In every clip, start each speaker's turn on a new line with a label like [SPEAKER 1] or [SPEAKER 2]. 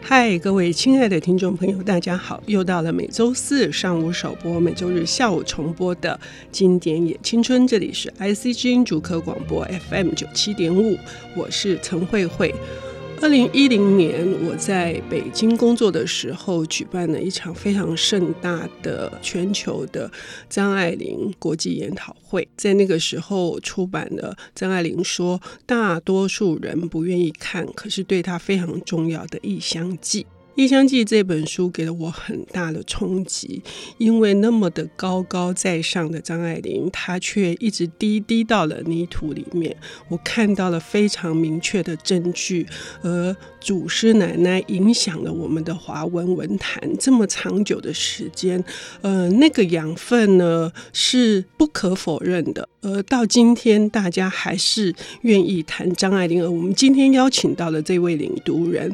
[SPEAKER 1] 嗨，各位亲爱的听众朋友，大家好！又到了每周四上午首播、每周日下午重播的经典也青春，这里是 IC 之音主客广播 FM 九七点五，我是陈慧慧。二零一零年，我在北京工作的时候，举办了一场非常盛大的全球的张爱玲国际研讨会。在那个时候，出版了张爱玲说大多数人不愿意看，可是对她非常重要的《异乡记》。《异乡记》这本书给了我很大的冲击，因为那么的高高在上的张爱玲，她却一直低低到了泥土里面。我看到了非常明确的证据，而祖师奶奶影响了我们的华文文坛这么长久的时间，呃，那个养分呢是不可否认的。而到今天，大家还是愿意谈张爱玲。而我们今天邀请到了这位领读人，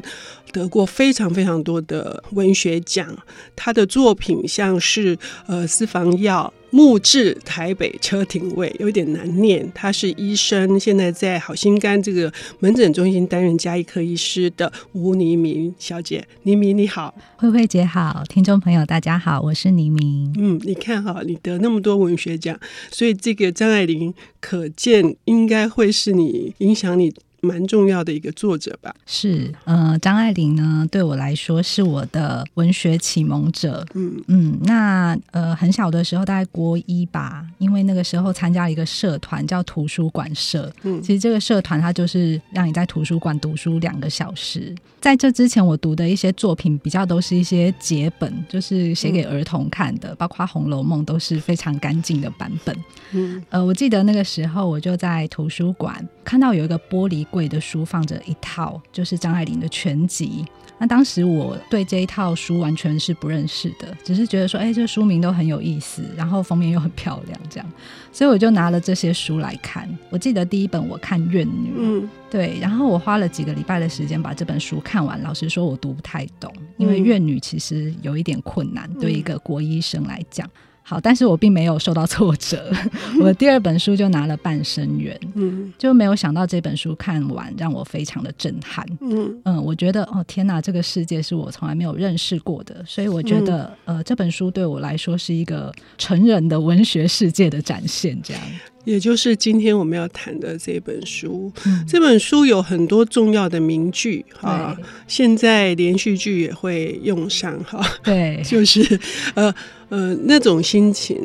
[SPEAKER 1] 得过非常非常多的文学奖。他的作品像是呃私房药。木质台北车停位有点难念，他是医生，现在在好心肝这个门诊中心担任加医科医师的吴黎明小姐。黎明你好，
[SPEAKER 2] 慧慧姐好，听众朋友大家好，我是倪明。
[SPEAKER 1] 嗯，你看哈，你得那么多文学奖，所以这个张爱玲可见应该会是你影响你蛮重要的一个作者吧？
[SPEAKER 2] 是，呃，张爱玲呢，对我来说是我的文学启蒙者。
[SPEAKER 1] 嗯
[SPEAKER 2] 嗯，那呃，很小的时候，大概国一吧，因为那个时候参加了一个社团叫图书馆社。
[SPEAKER 1] 嗯
[SPEAKER 2] 其实这个社团它就是让你在图书馆读书两个小时。在这之前，我读的一些作品比较都是一些节本，就是写给儿童看的，包括《红楼梦》都是非常干净的版本。
[SPEAKER 1] 嗯
[SPEAKER 2] 呃，我记得那个时候我就在图书馆看到有一个玻璃柜的书放着一套就是张爱玲的全集。那当时我对这一套书完全是不认识的，只是觉得说，哎、这书名都很有意思，然后封面又很漂亮，这样，所以我就拿了这些书来看。我记得第一本我看《怨女》，
[SPEAKER 1] 嗯
[SPEAKER 2] 对，然后我花了几个礼拜的时间把这本书看完。老实说，我读不太懂，因为
[SPEAKER 1] 嗯
[SPEAKER 2] 粤女其实有一点困难，对一个国医生来讲。好，但是我并没有受到挫折。 我第二本书就拿了半生缘，
[SPEAKER 1] 嗯
[SPEAKER 2] 就没有想到这本书看完让我非常的震撼。
[SPEAKER 1] 嗯
[SPEAKER 2] 嗯，我觉得哦天哪，这个世界是我从来没有认识过的，所以我觉
[SPEAKER 1] 嗯
[SPEAKER 2] 得、呃这本书对我来说是一个成人的文学世界的展现。这样，
[SPEAKER 1] 也就是今天我们要谈的这本书。
[SPEAKER 2] 嗯
[SPEAKER 1] 这啊本书有很多重要的名句哈，现在连续剧也会用上哈。
[SPEAKER 2] 对
[SPEAKER 1] 就是呃呃那种心情，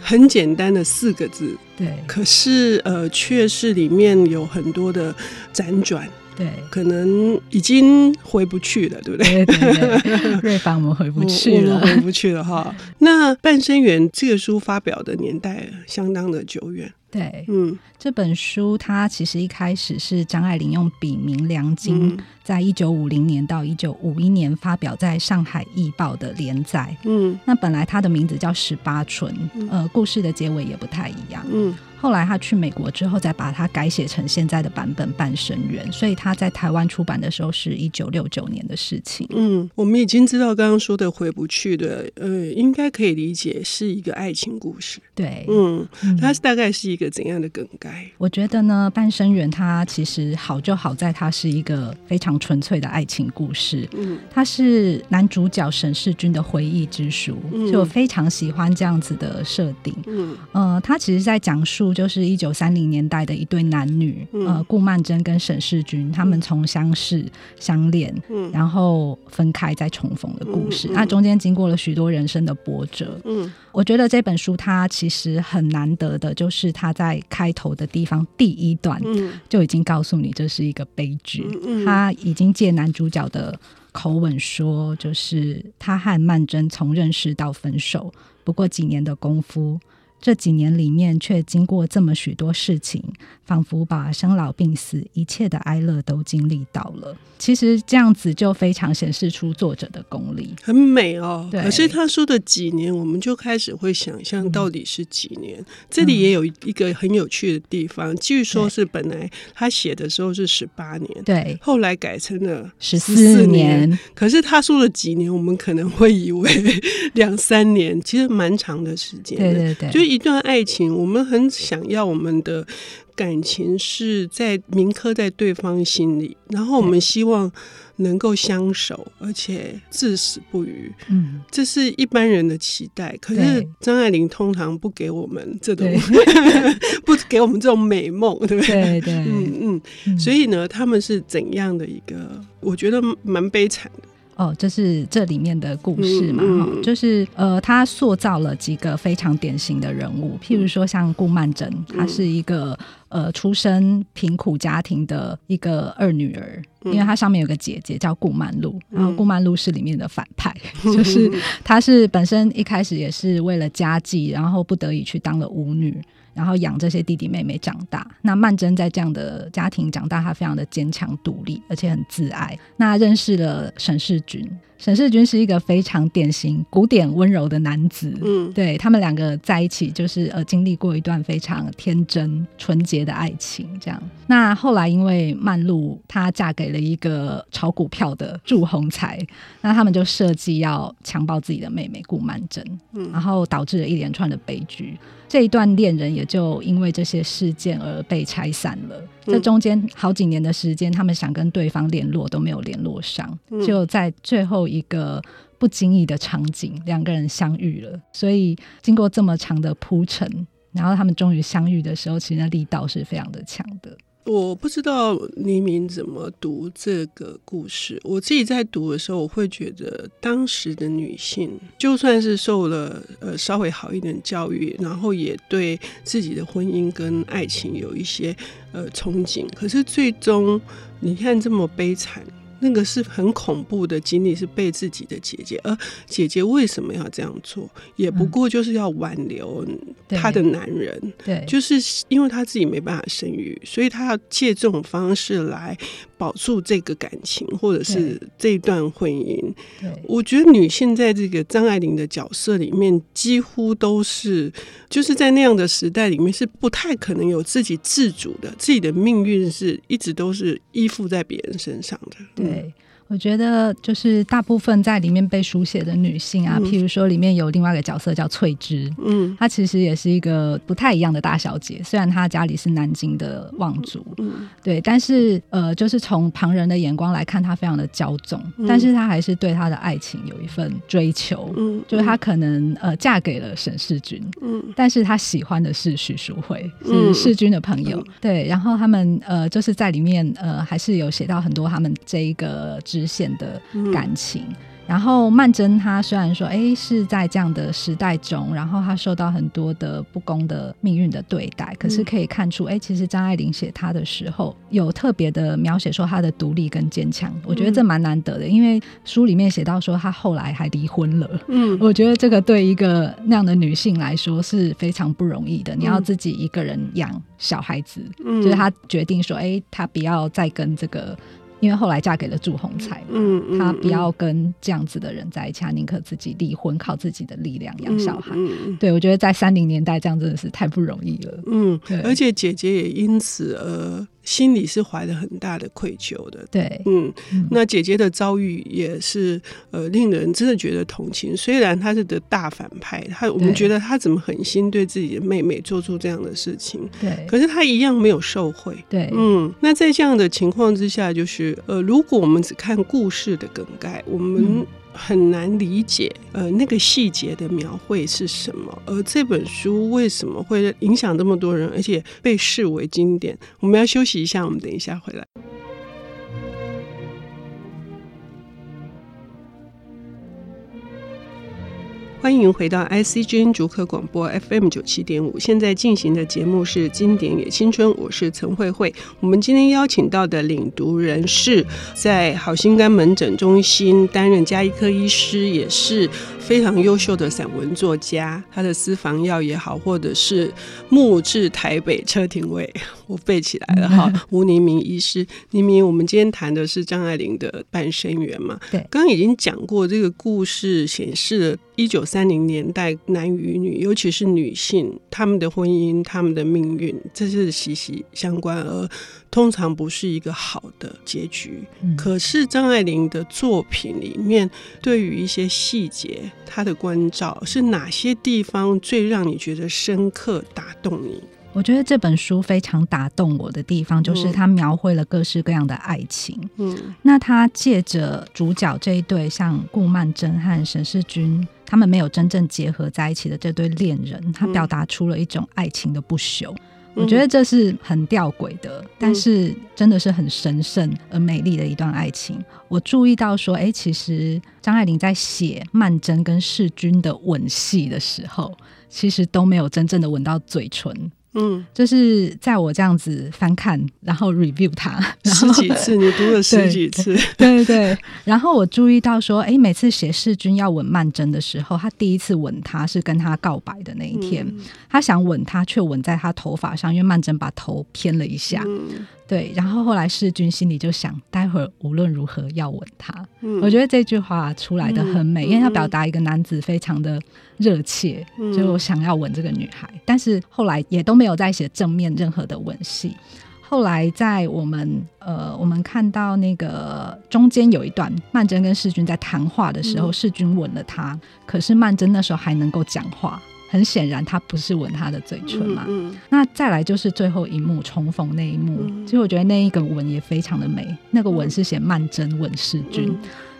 [SPEAKER 1] 很简单的四个字，
[SPEAKER 2] 对
[SPEAKER 1] 可是呃却是里面有很多的辗转，
[SPEAKER 2] 对
[SPEAKER 1] 可能已经回不去了，对不对？
[SPEAKER 2] 对对 对，瑞芳我们回不去
[SPEAKER 1] 我我
[SPEAKER 2] 了。
[SPEAKER 1] 们回不去了哈。那《半生缘》这个书发表的年代相当的久远，
[SPEAKER 2] 对
[SPEAKER 1] 嗯
[SPEAKER 2] 这本书，它其实一开始是张爱玲用笔名梁晶，
[SPEAKER 1] 嗯
[SPEAKER 2] 在一九五零年到一九五一年发表在上海译报的连载。
[SPEAKER 1] 嗯
[SPEAKER 2] 那本来她的名字叫十八纯，呃，故事的结尾也不太一样。
[SPEAKER 1] 嗯
[SPEAKER 2] 后来她去美国之后，再把它改写成现在的版本《半生缘》，所以她在台湾出版的时候是一九六九年的事情。
[SPEAKER 1] 嗯，我们已经知道刚刚说的回不去的，呃，应该可以理解是一个爱情故事。
[SPEAKER 2] 对，
[SPEAKER 1] 嗯，
[SPEAKER 2] 嗯
[SPEAKER 1] 它大概是一个怎样的梗概？
[SPEAKER 2] 我觉得呢，《半生缘》它其实好就好在它是一个非常纯粹的爱情故事，
[SPEAKER 1] 嗯
[SPEAKER 2] 它是男主角沈世钧的回忆之书，
[SPEAKER 1] 嗯
[SPEAKER 2] 所以我非常喜欢这样子的设定。
[SPEAKER 1] 嗯。
[SPEAKER 2] 呃，它其实在讲述就是一九三零年代的一对男女，
[SPEAKER 1] 嗯
[SPEAKER 2] 呃，顾曼桢跟沈世钧他们从相识、相恋，
[SPEAKER 1] 嗯
[SPEAKER 2] 然后分开再重逢的故事。
[SPEAKER 1] 嗯嗯
[SPEAKER 2] 那中间经过了许多人生的波折，
[SPEAKER 1] 嗯
[SPEAKER 2] 我觉得这本书它其实很难得的，就是它在开头的地方第一段
[SPEAKER 1] 嗯
[SPEAKER 2] 就已经告诉你这是一个悲剧。
[SPEAKER 1] 嗯嗯
[SPEAKER 2] 他已经借男主角的口吻说，就是他和曼桢从认识到分手，不过几年的功夫。这几年里面，却经过这么许多事情，仿佛把生老病死一切的哀乐都经历到了。其实这样子就非常显示出作者的功力。
[SPEAKER 1] 很美哦。
[SPEAKER 2] 对
[SPEAKER 1] 可是他说的几年，我们就开始会想象到底是几年。这里也有一个很有趣的地
[SPEAKER 2] 嗯
[SPEAKER 1] 方，据说是本来他写的时候是十八年，
[SPEAKER 2] 对，
[SPEAKER 1] 后来改成了
[SPEAKER 2] 十
[SPEAKER 1] 14
[SPEAKER 2] 四年，
[SPEAKER 1] 可是他说了 几年，我们可能会以为两三年，其实蛮长的时间的。
[SPEAKER 2] 对对对，
[SPEAKER 1] 就一段爱情，我们很想要我们的感情是在铭刻在对方心里，然后我们希望能够相守，而且至死不渝，
[SPEAKER 2] 嗯，
[SPEAKER 1] 这是一般人的期待。可是
[SPEAKER 2] 对
[SPEAKER 1] 张爱玲通常不给我们这种
[SPEAKER 2] 对，
[SPEAKER 1] 不给我们这种美梦，对不对？
[SPEAKER 2] 对对，
[SPEAKER 1] 嗯嗯，
[SPEAKER 2] 嗯
[SPEAKER 1] 所以呢，他们是怎样的一个？我觉得蛮悲惨的。
[SPEAKER 2] 哦，这是这里面的故事嘛，
[SPEAKER 1] 嗯
[SPEAKER 2] 哈、
[SPEAKER 1] 嗯
[SPEAKER 2] 就是呃，他塑造了几个非常典型的人物，譬如说像顾曼桢，她是一个呃出身贫苦家庭的一个二女儿，
[SPEAKER 1] 嗯
[SPEAKER 2] 因为她上面有个姐姐叫顾曼璐，然后
[SPEAKER 1] 嗯
[SPEAKER 2] 顾曼璐是里面的反派， 就是她是本身一开始也是为了家计，然后不得已去当了舞女。然后养这些弟弟妹妹长大。那曼桢在这样的家庭长大，她非常的坚强独立，而且很自爱。那认识了沈世钧，沈世钧是一个非常典型古典温柔的男子。
[SPEAKER 1] 嗯
[SPEAKER 2] 对他们两个在一起，就是呃经历过一段非常天真纯洁的爱情，这样。那后来因为曼璐她嫁给了一个炒股票的祝鸿才，那他们就设计要强暴自己的妹妹顾曼桢，
[SPEAKER 1] 嗯
[SPEAKER 2] 然后导致了一连串的悲剧。这一段恋人也就因为这些事件而被拆散了。
[SPEAKER 1] 嗯
[SPEAKER 2] 这中间好几年的时间，他们想跟对方联络都没有联络上，
[SPEAKER 1] 嗯
[SPEAKER 2] 就在最后一个不经意的场景，两个人相遇了。所以经过这么长的铺陈，然后他们终于相遇的时候，其实那力道是非常的强的。
[SPEAKER 1] 我不知道黎明怎么读这个故事。我自己在读的时候，我会觉得当时的女性，就算是受了呃稍微好一点的教育，然后也对自己的婚姻跟爱情有一些呃憧憬，可是最终你看这么悲惨。那个是很恐怖的经历，是被自己的姐姐，而姐姐为什么要这样做，也不
[SPEAKER 2] 嗯
[SPEAKER 1] 过就是要挽留
[SPEAKER 2] 对
[SPEAKER 1] 她的男人，
[SPEAKER 2] 对，
[SPEAKER 1] 就是因为他自己没办法生育，所以他要借这种方式来保住这个感情，或者是这段婚姻。
[SPEAKER 2] 对
[SPEAKER 1] 我觉得女性在这个张爱玲的角色里面，几乎都是就是在那样的时代里面是不太可能有自己自主的，自己的命运是一直都是依附在别人身上的。嗯，
[SPEAKER 2] 对，我觉得就是大部分在里面被书写的女性啊，
[SPEAKER 1] 嗯
[SPEAKER 2] 譬如说里面有另外一个角色叫翠芝，
[SPEAKER 1] 嗯
[SPEAKER 2] 她其实也是一个不太一样的大小姐，虽然她家里是南京的望族，
[SPEAKER 1] 嗯
[SPEAKER 2] 对，但是呃，就是从旁人的眼光来看，她非常的骄纵，
[SPEAKER 1] 嗯
[SPEAKER 2] 但是她还是对她的爱情有一份追求，
[SPEAKER 1] 嗯，
[SPEAKER 2] 就是她可能呃嫁给了沈世钧，
[SPEAKER 1] 嗯，
[SPEAKER 2] 但是他喜欢的是许淑慧，
[SPEAKER 1] 嗯
[SPEAKER 2] 是世军的朋友。
[SPEAKER 1] 嗯
[SPEAKER 2] 对，然后他们呃，就是在里面呃，还是有写到很多他们这一个支线的
[SPEAKER 1] 嗯
[SPEAKER 2] 感情。然后曼桢她虽然说，哎，是在这样的时代中，然后她受到很多的不公的命运的对待，可是
[SPEAKER 1] 嗯
[SPEAKER 2] 可以看出，哎，其实张爱玲写她的时候，有特别的描写说她的独立跟坚强，我觉
[SPEAKER 1] 嗯
[SPEAKER 2] 得这蛮难得的，因为书里面写到说她后来还离婚了，
[SPEAKER 1] 嗯
[SPEAKER 2] 我觉得这个对一个那样的女性来说是非常不容易的。你要自己一个人养小孩子，
[SPEAKER 1] 嗯，
[SPEAKER 2] 就是她决定说，哎、她不要再跟这个，因为后来嫁给了祝鸿才嘛，
[SPEAKER 1] 嗯，嗯，
[SPEAKER 2] 她不要跟这样子的人在一起，她宁可自己离婚，靠自己的力量养小孩。
[SPEAKER 1] 嗯嗯嗯
[SPEAKER 2] 对，我觉得在三零年代这样真的是太不容易了。
[SPEAKER 1] 嗯
[SPEAKER 2] 对，
[SPEAKER 1] 而且姐姐也因此而心里是怀着很大的愧疚的。
[SPEAKER 2] 对，
[SPEAKER 1] 嗯
[SPEAKER 2] 嗯，
[SPEAKER 1] 那姐姐的遭遇也是呃，令人真的觉得同情。虽然她是个大反派，她我们
[SPEAKER 2] 对
[SPEAKER 1] 觉得她怎么狠心对自己的妹妹做出这样的事情，
[SPEAKER 2] 对，
[SPEAKER 1] 可是她一样没有受贿。
[SPEAKER 2] 对，
[SPEAKER 1] 嗯，那在这样的情况之下，就是呃，如果我们只看故事的梗概，我们
[SPEAKER 2] 嗯
[SPEAKER 1] 很难理解呃那个细节的描绘是什么。而这本书为什么会影响这么多人，而且被视为经典？我们要休息一下，我们等一下回来。欢迎回到 ICGN 逐客广播 FM 九七点五，现在进行的节目是《经典也青春》，我是陈慧慧。我们今天邀请到的领读人是在好心肝门诊中心担任加医科医师，也是非常优秀的散文作家。他的私房药也好，或者是木至台北车停位， 我背起来了哈。吴宁明医师，宁明，我们今天谈的是张爱玲的《半生缘》嘛？
[SPEAKER 2] 对
[SPEAKER 1] 刚刚已经讲过，这个故事显示了一九三零年代男与女，尤其是女性，她们的婚姻、她们的命运，这是息息相关，而通常不是一个好的结局。
[SPEAKER 2] 嗯
[SPEAKER 1] 可是张爱玲的作品里面，对于一些细节，他的关照，是哪些地方最让你觉得深刻打动你？
[SPEAKER 2] 我觉得这本书非常打动我的地方，就是它描绘了各式各样的爱情。
[SPEAKER 1] 嗯
[SPEAKER 2] 那他借着主角这一对，像顾曼桢和沈世钧，他们没有真正结合在一起的这对恋人，他
[SPEAKER 1] 嗯
[SPEAKER 2] 表达出了一种爱情的不朽。我觉得这是很吊诡的，但
[SPEAKER 1] 嗯
[SPEAKER 2] 是真的是很神圣而美丽的一段爱情。我注意到说，哎、其实张爱玲在写曼桢跟世钧的吻戏的时候，其实都没有真正的吻到嘴唇。
[SPEAKER 1] 嗯，
[SPEAKER 2] 就是在我这样子翻看，然后 review 它，然后
[SPEAKER 1] 十几次，你读了十几次，嗯
[SPEAKER 2] 对对对，然后我注意到说，哎，每次写世君要吻曼桢的时候，他第一次吻她是跟她告白的那一天，
[SPEAKER 1] 嗯
[SPEAKER 2] 他想吻她，却吻在她头发上，因为曼桢把头偏了一下。
[SPEAKER 1] 嗯
[SPEAKER 2] 对，然后后来世君心里就想，待会儿无论如何要吻她。
[SPEAKER 1] 嗯
[SPEAKER 2] 我觉得这句话出来的很美，
[SPEAKER 1] 嗯
[SPEAKER 2] 因为他
[SPEAKER 1] 嗯
[SPEAKER 2] 表达一个男子非常的热切，
[SPEAKER 1] 嗯
[SPEAKER 2] 就我想要吻这个女孩，但是后来也都没有再写正面任何的吻戏。后来在我们呃，我们看到那个中间有一段曼桢跟世君在谈话的时候，
[SPEAKER 1] 嗯
[SPEAKER 2] 世君吻了她，可是曼桢那时候还能够讲话，很显然她不是吻她的嘴唇嘛。
[SPEAKER 1] 嗯嗯
[SPEAKER 2] 那再来就是最后一幕重逢那一幕，
[SPEAKER 1] 嗯
[SPEAKER 2] 其实我觉得那一个吻也非常的美，那个吻
[SPEAKER 1] 嗯
[SPEAKER 2] 是写曼桢吻世君。
[SPEAKER 1] 嗯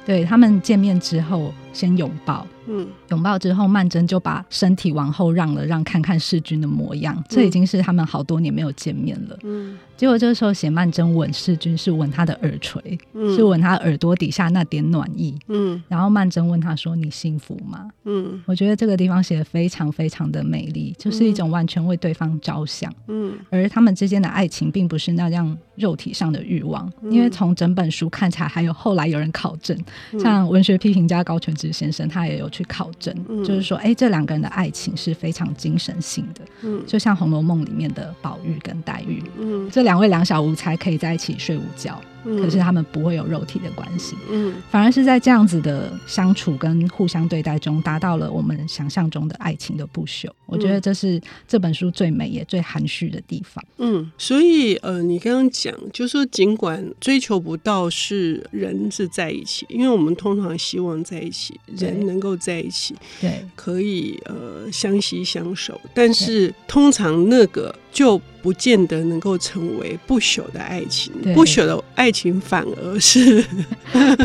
[SPEAKER 2] 对他们见面之后，先拥抱，
[SPEAKER 1] 嗯
[SPEAKER 2] 拥抱之后，曼桢就把身体往后让了，让看看世君的模样。这已经是他们好多年没有见面了。
[SPEAKER 1] 嗯
[SPEAKER 2] 结果这个时候写曼桢吻世君是吻他的耳垂，
[SPEAKER 1] 嗯
[SPEAKER 2] 是吻他耳朵底下那点暖意。
[SPEAKER 1] 嗯
[SPEAKER 2] 然后曼桢问他说：“你幸福吗
[SPEAKER 1] 嗯？”
[SPEAKER 2] 我觉得这个地方写的非常非常的美丽，就是一种完全为对方着想。
[SPEAKER 1] 嗯
[SPEAKER 2] 而他们之间的爱情并不是那样肉体上的欲望，
[SPEAKER 1] 嗯
[SPEAKER 2] 因为从整本书看起来，还有后来有人考证，
[SPEAKER 1] 嗯
[SPEAKER 2] 像文学批评家高全之先生，他也有去考证，
[SPEAKER 1] 嗯
[SPEAKER 2] 就是说，哎，这两个人的爱情是非常精神性的，
[SPEAKER 1] 嗯
[SPEAKER 2] 就像《红楼梦》里面的宝玉跟黛玉，
[SPEAKER 1] 嗯，
[SPEAKER 2] 这两位两小无猜可以在一起睡午觉，可
[SPEAKER 1] 可
[SPEAKER 2] 是他们不会有肉体的关系。
[SPEAKER 1] 嗯
[SPEAKER 2] 反而是在这样子的相处跟互相对待中，达到了我们想象中的爱情的不朽。我觉得这是这本书最美也最含蓄的地方。
[SPEAKER 1] 嗯，所以呃，你刚刚讲，就是说尽管追求不到是人是在一起，因为我们通常希望在一起，
[SPEAKER 2] 对
[SPEAKER 1] 人能够在一起，
[SPEAKER 2] 对，
[SPEAKER 1] 可以呃相惜相守，但是通常那个就不见得能够成为不朽的爱情
[SPEAKER 2] 对，
[SPEAKER 1] 不朽的爱情反而 是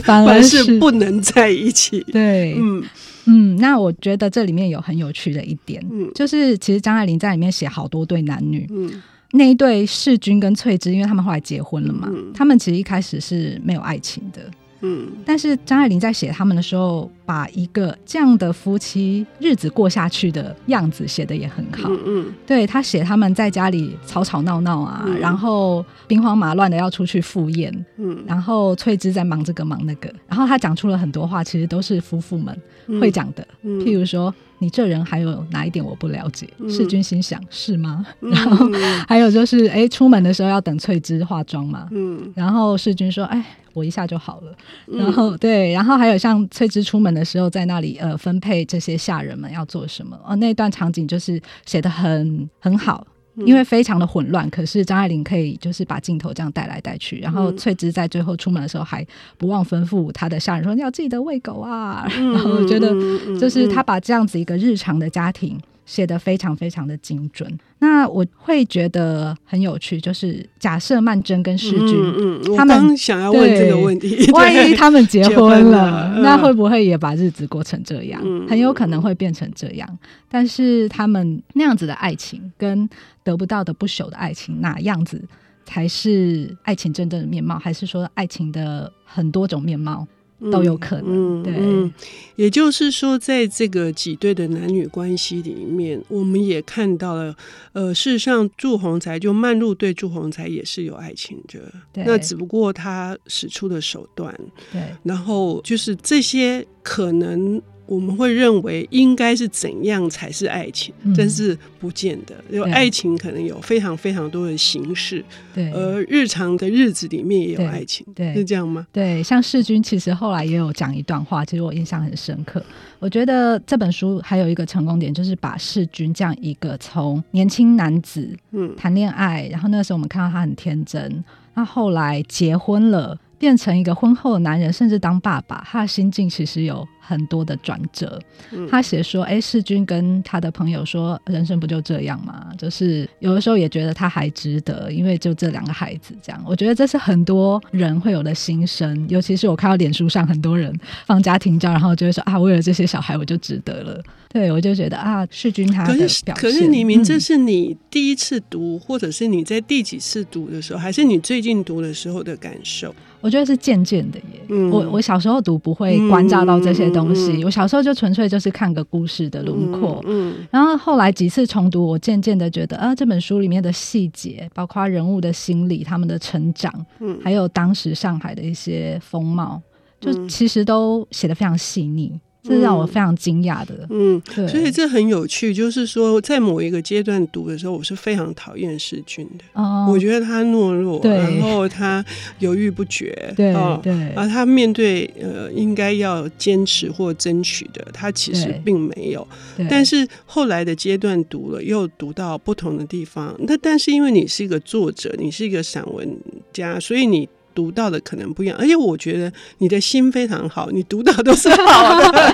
[SPEAKER 2] 反而
[SPEAKER 1] 而
[SPEAKER 2] 是
[SPEAKER 1] 是不能在一起。
[SPEAKER 2] 对，
[SPEAKER 1] 嗯
[SPEAKER 2] 嗯，那我觉得这里面有很有趣的一点，
[SPEAKER 1] 嗯
[SPEAKER 2] 就是其实张爱玲在里面写好多对男女，
[SPEAKER 1] 嗯
[SPEAKER 2] 那一对世君跟翠芝，因为他们后来结婚了嘛，
[SPEAKER 1] 嗯
[SPEAKER 2] 他们其实一开始是没有爱情的，
[SPEAKER 1] 嗯
[SPEAKER 2] 但是张爱玲在写他们的时候，把一个这样的夫妻日子过下去的样子写的也很好。
[SPEAKER 1] 嗯嗯
[SPEAKER 2] 对她写他们在家里吵吵闹闹啊，
[SPEAKER 1] 嗯
[SPEAKER 2] 然后兵荒马乱的要出去赴宴，
[SPEAKER 1] 嗯
[SPEAKER 2] 然后翠芝在忙这个忙那个，然后她讲出了很多话，其实都是夫妇们
[SPEAKER 1] 嗯，
[SPEAKER 2] 会讲的。
[SPEAKER 1] 嗯，
[SPEAKER 2] 譬如说，你这人还有哪一点我不了解？
[SPEAKER 1] 嗯
[SPEAKER 2] 世君心想是吗？
[SPEAKER 1] 嗯，
[SPEAKER 2] 然后
[SPEAKER 1] 嗯
[SPEAKER 2] 还有就是，哎，出门的时候要等翠芝化妆嘛。
[SPEAKER 1] 嗯，
[SPEAKER 2] 然后世君说，哎，我一下就好了。
[SPEAKER 1] 嗯
[SPEAKER 2] 然后对，然后还有像翠芝出门的时候，在那里呃分配这些下人们要做什么。哦，那一段场景就是写的很很好。
[SPEAKER 1] 嗯
[SPEAKER 2] 因为非常的混乱，可是张爱玲可以就是把镜头这样带来带去，然后
[SPEAKER 1] 嗯
[SPEAKER 2] 翠芝在最后出门的时候还不忘吩咐她的下人说：“你要记得喂狗啊。”
[SPEAKER 1] 嗯
[SPEAKER 2] 然后我觉得
[SPEAKER 1] 嗯嗯
[SPEAKER 2] 就是他
[SPEAKER 1] 嗯
[SPEAKER 2] 把这样子一个日常的家庭写得非常非常的精准。那我会觉得很有趣，就是假设曼桢跟世 君，
[SPEAKER 1] 嗯嗯，我
[SPEAKER 2] 他们
[SPEAKER 1] 刚想要问这个问题，
[SPEAKER 2] 万一
[SPEAKER 1] 对
[SPEAKER 2] 他们结
[SPEAKER 1] 结
[SPEAKER 2] 婚了，
[SPEAKER 1] 婚了嗯
[SPEAKER 2] 那会不会也把日子过成这样？
[SPEAKER 1] 嗯
[SPEAKER 2] 很有可能会变成这样。但是他们那样子的爱情，跟得不到的不朽的爱情，哪样子才是爱情真正的面貌？还是说爱情的很多种面貌？都有可能对
[SPEAKER 1] 嗯也就是说，在这个几对的男女关系里面，我们也看到了，呃，事实上祝鸿才就曼璐对祝鸿才也是有爱情的，
[SPEAKER 2] 对
[SPEAKER 1] 那只不过他使出的手段，
[SPEAKER 2] 对
[SPEAKER 1] 然后就是这些可能。我们会认为应该是怎样才是爱情，
[SPEAKER 2] 嗯
[SPEAKER 1] 但是不见得。有
[SPEAKER 2] 对
[SPEAKER 1] 爱情可能有非常非常多的形式，
[SPEAKER 2] 对。
[SPEAKER 1] 而呃日常的日子里面也
[SPEAKER 2] 对
[SPEAKER 1] 有爱情，
[SPEAKER 2] 对
[SPEAKER 1] 是这样吗？
[SPEAKER 2] 对，像世君其实后来也有讲一段话，其实我印象很深刻。我觉得这本书还有一个成功点，就是把世君这样一个从年轻男子
[SPEAKER 1] 嗯
[SPEAKER 2] 谈恋爱，然后那时候我们看到他很天真，那后来结婚了，变成一个婚后的男人，甚至当爸爸，他的心境其实有很多的转折。
[SPEAKER 1] 嗯
[SPEAKER 2] 他写说：“哎，世君跟他的朋友说，人生不就这样吗？就是有的时候也觉得他还值得，因为就这两个孩子这样。我觉得这是很多人会有的心声，尤其是我看到脸书上很多人放家庭照，然后就会说啊，为了这些小孩我就值得了。对我就觉得啊，世君他的
[SPEAKER 1] 可
[SPEAKER 2] 表
[SPEAKER 1] 是
[SPEAKER 2] 现，
[SPEAKER 1] 可是李明，这
[SPEAKER 2] 嗯
[SPEAKER 1] 是你第一次读，或者是你在第几次读的时候，还是你最近读的时候的感受？
[SPEAKER 2] 我觉得是渐渐的耶。
[SPEAKER 1] 嗯
[SPEAKER 2] 我我小时候读不会关照到这些东西，
[SPEAKER 1] 嗯嗯嗯
[SPEAKER 2] 我小时候就纯粹就是看个故事的轮廓。
[SPEAKER 1] 嗯，
[SPEAKER 2] 然后后来几次重读，我渐渐的觉得，啊，这本书里面的细节，包括人物的心理、他们的成长，
[SPEAKER 1] 嗯
[SPEAKER 2] 还有当时上海的一些风貌，就
[SPEAKER 1] 嗯
[SPEAKER 2] 其实都写的非常细腻，这让我非常惊讶的。
[SPEAKER 1] 嗯，
[SPEAKER 2] 对，
[SPEAKER 1] 所以这很有趣，就是说在某一个阶段读的时候，我是非常讨厌世君的，
[SPEAKER 2] 哦，
[SPEAKER 1] 我觉得他懦弱，
[SPEAKER 2] 对
[SPEAKER 1] 然后他犹豫不决，
[SPEAKER 2] 对、
[SPEAKER 1] 哦
[SPEAKER 2] 对
[SPEAKER 1] 而他面对呃应该要坚持或争取的，他其实
[SPEAKER 2] 对
[SPEAKER 1] 并没有。
[SPEAKER 2] 对，
[SPEAKER 1] 但是后来的阶段读了，又读到不同的地方。那但是因为你是一个作者，你是一个散文家，所以你。读到的可能不一样，而且我觉得你的心非常好，你读到都是好 的。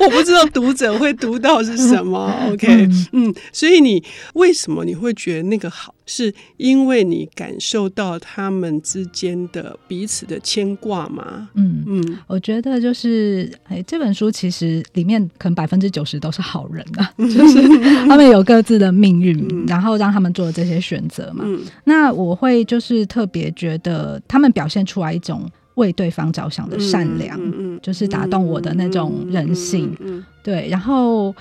[SPEAKER 1] 我不知道读者会读到是什 么，OK？
[SPEAKER 2] 嗯
[SPEAKER 1] 嗯，所以你为什么你会觉得那个好？是因为你感受到他们之间的彼此的牵挂吗？
[SPEAKER 2] 嗯。
[SPEAKER 1] 嗯
[SPEAKER 2] 我觉得就是，哎，这本书其实里面可能百分之九十都是好人啊，就是 他们有各自的命运，然后让他们做了这些选择嘛。
[SPEAKER 1] 嗯
[SPEAKER 2] 那我会就是特别觉得他们表现出来一种为对方着想的善良，
[SPEAKER 1] 嗯嗯嗯
[SPEAKER 2] 就是打动我的那种人性。
[SPEAKER 1] 嗯
[SPEAKER 2] 对，然后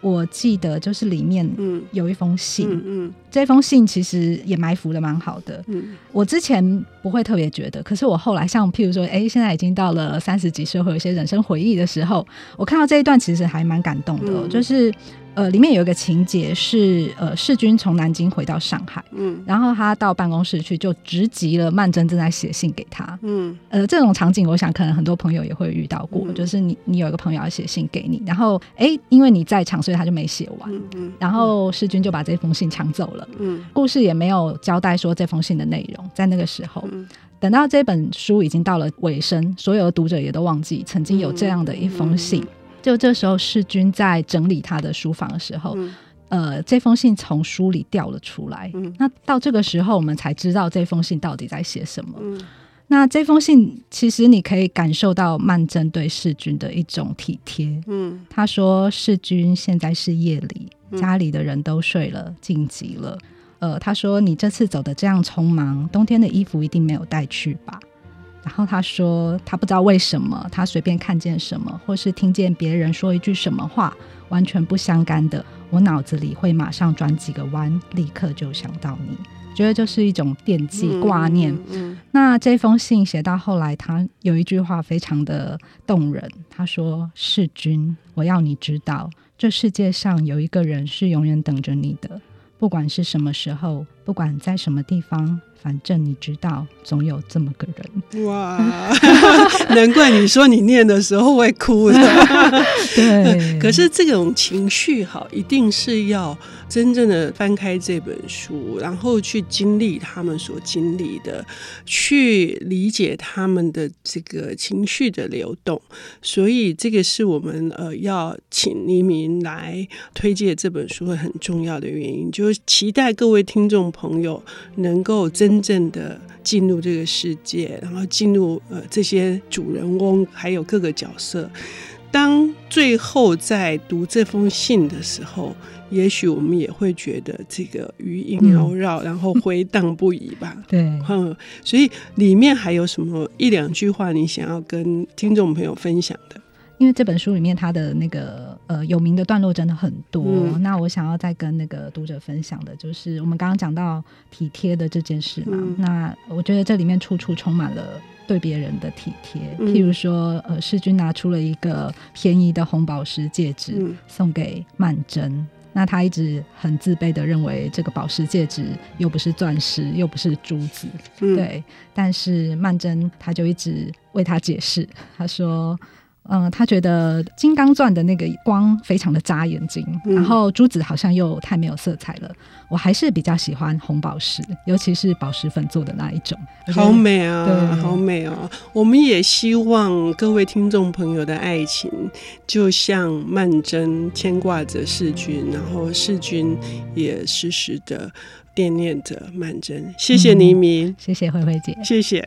[SPEAKER 2] 我记得就是里面
[SPEAKER 1] 嗯
[SPEAKER 2] 有一封信，
[SPEAKER 1] 嗯嗯
[SPEAKER 2] 这封信其实也埋伏的蛮好的。
[SPEAKER 1] 嗯
[SPEAKER 2] 我之前不会特别觉得，可是我后来像譬如说，哎，现在已经到了三十几岁，会有一些人生回忆的时候，我看到这一段其实还蛮感动的哦、
[SPEAKER 1] 嗯
[SPEAKER 2] 就是呃，里面有一个情节是呃，世军从南京回到上海。
[SPEAKER 1] 嗯
[SPEAKER 2] 然后他到办公室去，就直击了曼桢正在写信给他。
[SPEAKER 1] 嗯
[SPEAKER 2] 呃，这种场景，我想可能很多朋友也会遇到过，
[SPEAKER 1] 嗯
[SPEAKER 2] 就是你你有一个朋友要写信给你，然后诶，因为你在场，所以他就没写完，
[SPEAKER 1] 嗯嗯，
[SPEAKER 2] 然后世君就把这封信抢走了。
[SPEAKER 1] 嗯
[SPEAKER 2] 故事也没有交代说这封信的内容，在那个时候，
[SPEAKER 1] 嗯
[SPEAKER 2] 等到这本书已经到了尾声，所有的读者也都忘记曾经有这样的一封信。
[SPEAKER 1] 嗯
[SPEAKER 2] 就这时候，世君在整理他的书房的时候，
[SPEAKER 1] 嗯
[SPEAKER 2] 呃，这封信从书里掉了出来。
[SPEAKER 1] 嗯
[SPEAKER 2] 那到这个时候，我们才知道这封信到底在写什么。
[SPEAKER 1] 嗯
[SPEAKER 2] 那这封信，其实你可以感受到曼桢对世君的一种体贴。
[SPEAKER 1] 嗯
[SPEAKER 2] 他说：“世君现在是夜里，
[SPEAKER 1] 嗯
[SPEAKER 2] 家里的人都睡了，晋级了。呃，他说你这次走的这样匆忙，冬天的衣服一定没有带去吧？然后他说他不知道为什么，他随便看见什么，或是听见别人说一句什么话，完全不相干的，我脑子里会马上转几个弯，立刻就想到你。觉得就是一种惦记、挂念，
[SPEAKER 1] 嗯
[SPEAKER 2] 那这封信写到后来，他有一句话非常的动人，他说：“世君，我要你知道，这世界上有一个人是永远等着你的，不管是什么时候，不管在什么地方，反正你知道，总有这么个人。
[SPEAKER 1] 哇，难怪你说你念的时候会哭的。”
[SPEAKER 2] 对，
[SPEAKER 1] 可是这种情绪哈，一定是要真正的翻开这本书，然后去经历他们所经历的，去理解他们的这个情绪的流动。所以这个是我们呃要请黎明来推介这本书很重要的原因，就是期待各位听众朋友能够真正的进入这个世界，然后进入呃这些主人翁还有各个角色。当最后在读这封信的时候，也许我们也会觉得这个余音缭绕，然后回荡不已吧。
[SPEAKER 2] 对，
[SPEAKER 1] 嗯，所以里面还有什么一两句话你想要跟听众朋友分享的？
[SPEAKER 2] 因为这本书里面它的那个呃有名的段落真的很多，
[SPEAKER 1] 嗯
[SPEAKER 2] 那我想要再跟那个读者分享的就是我们刚刚讲到体贴的这件事嘛，
[SPEAKER 1] 嗯
[SPEAKER 2] 那我觉得这里面处处充满了。对别人的体贴，
[SPEAKER 1] 嗯
[SPEAKER 2] 譬如说，呃，世君拿出了一个便宜的红宝石戒指、
[SPEAKER 1] 嗯
[SPEAKER 2] 送给曼桢，那他一直很自卑的认为这个宝石戒指又不是钻石，又不是珠子，
[SPEAKER 1] 嗯，
[SPEAKER 2] 对，但是曼桢她就一直为他解释，她说：“嗯、他觉得《金刚钻》的那个光非常的扎眼睛，
[SPEAKER 1] 嗯
[SPEAKER 2] 然后珠子好像又太没有色彩了。我还是比较喜欢红宝石，尤其是宝石粉做的那一种。我觉得
[SPEAKER 1] 好美啊，
[SPEAKER 2] 对
[SPEAKER 1] 好美哦！我们也希望各位听众朋友的爱情，就像曼桢牵挂着世君，然后世君也时时的惦念着曼桢。谢谢
[SPEAKER 2] 嗯
[SPEAKER 1] 黎明，
[SPEAKER 2] 谢谢慧慧姐。
[SPEAKER 1] 谢谢。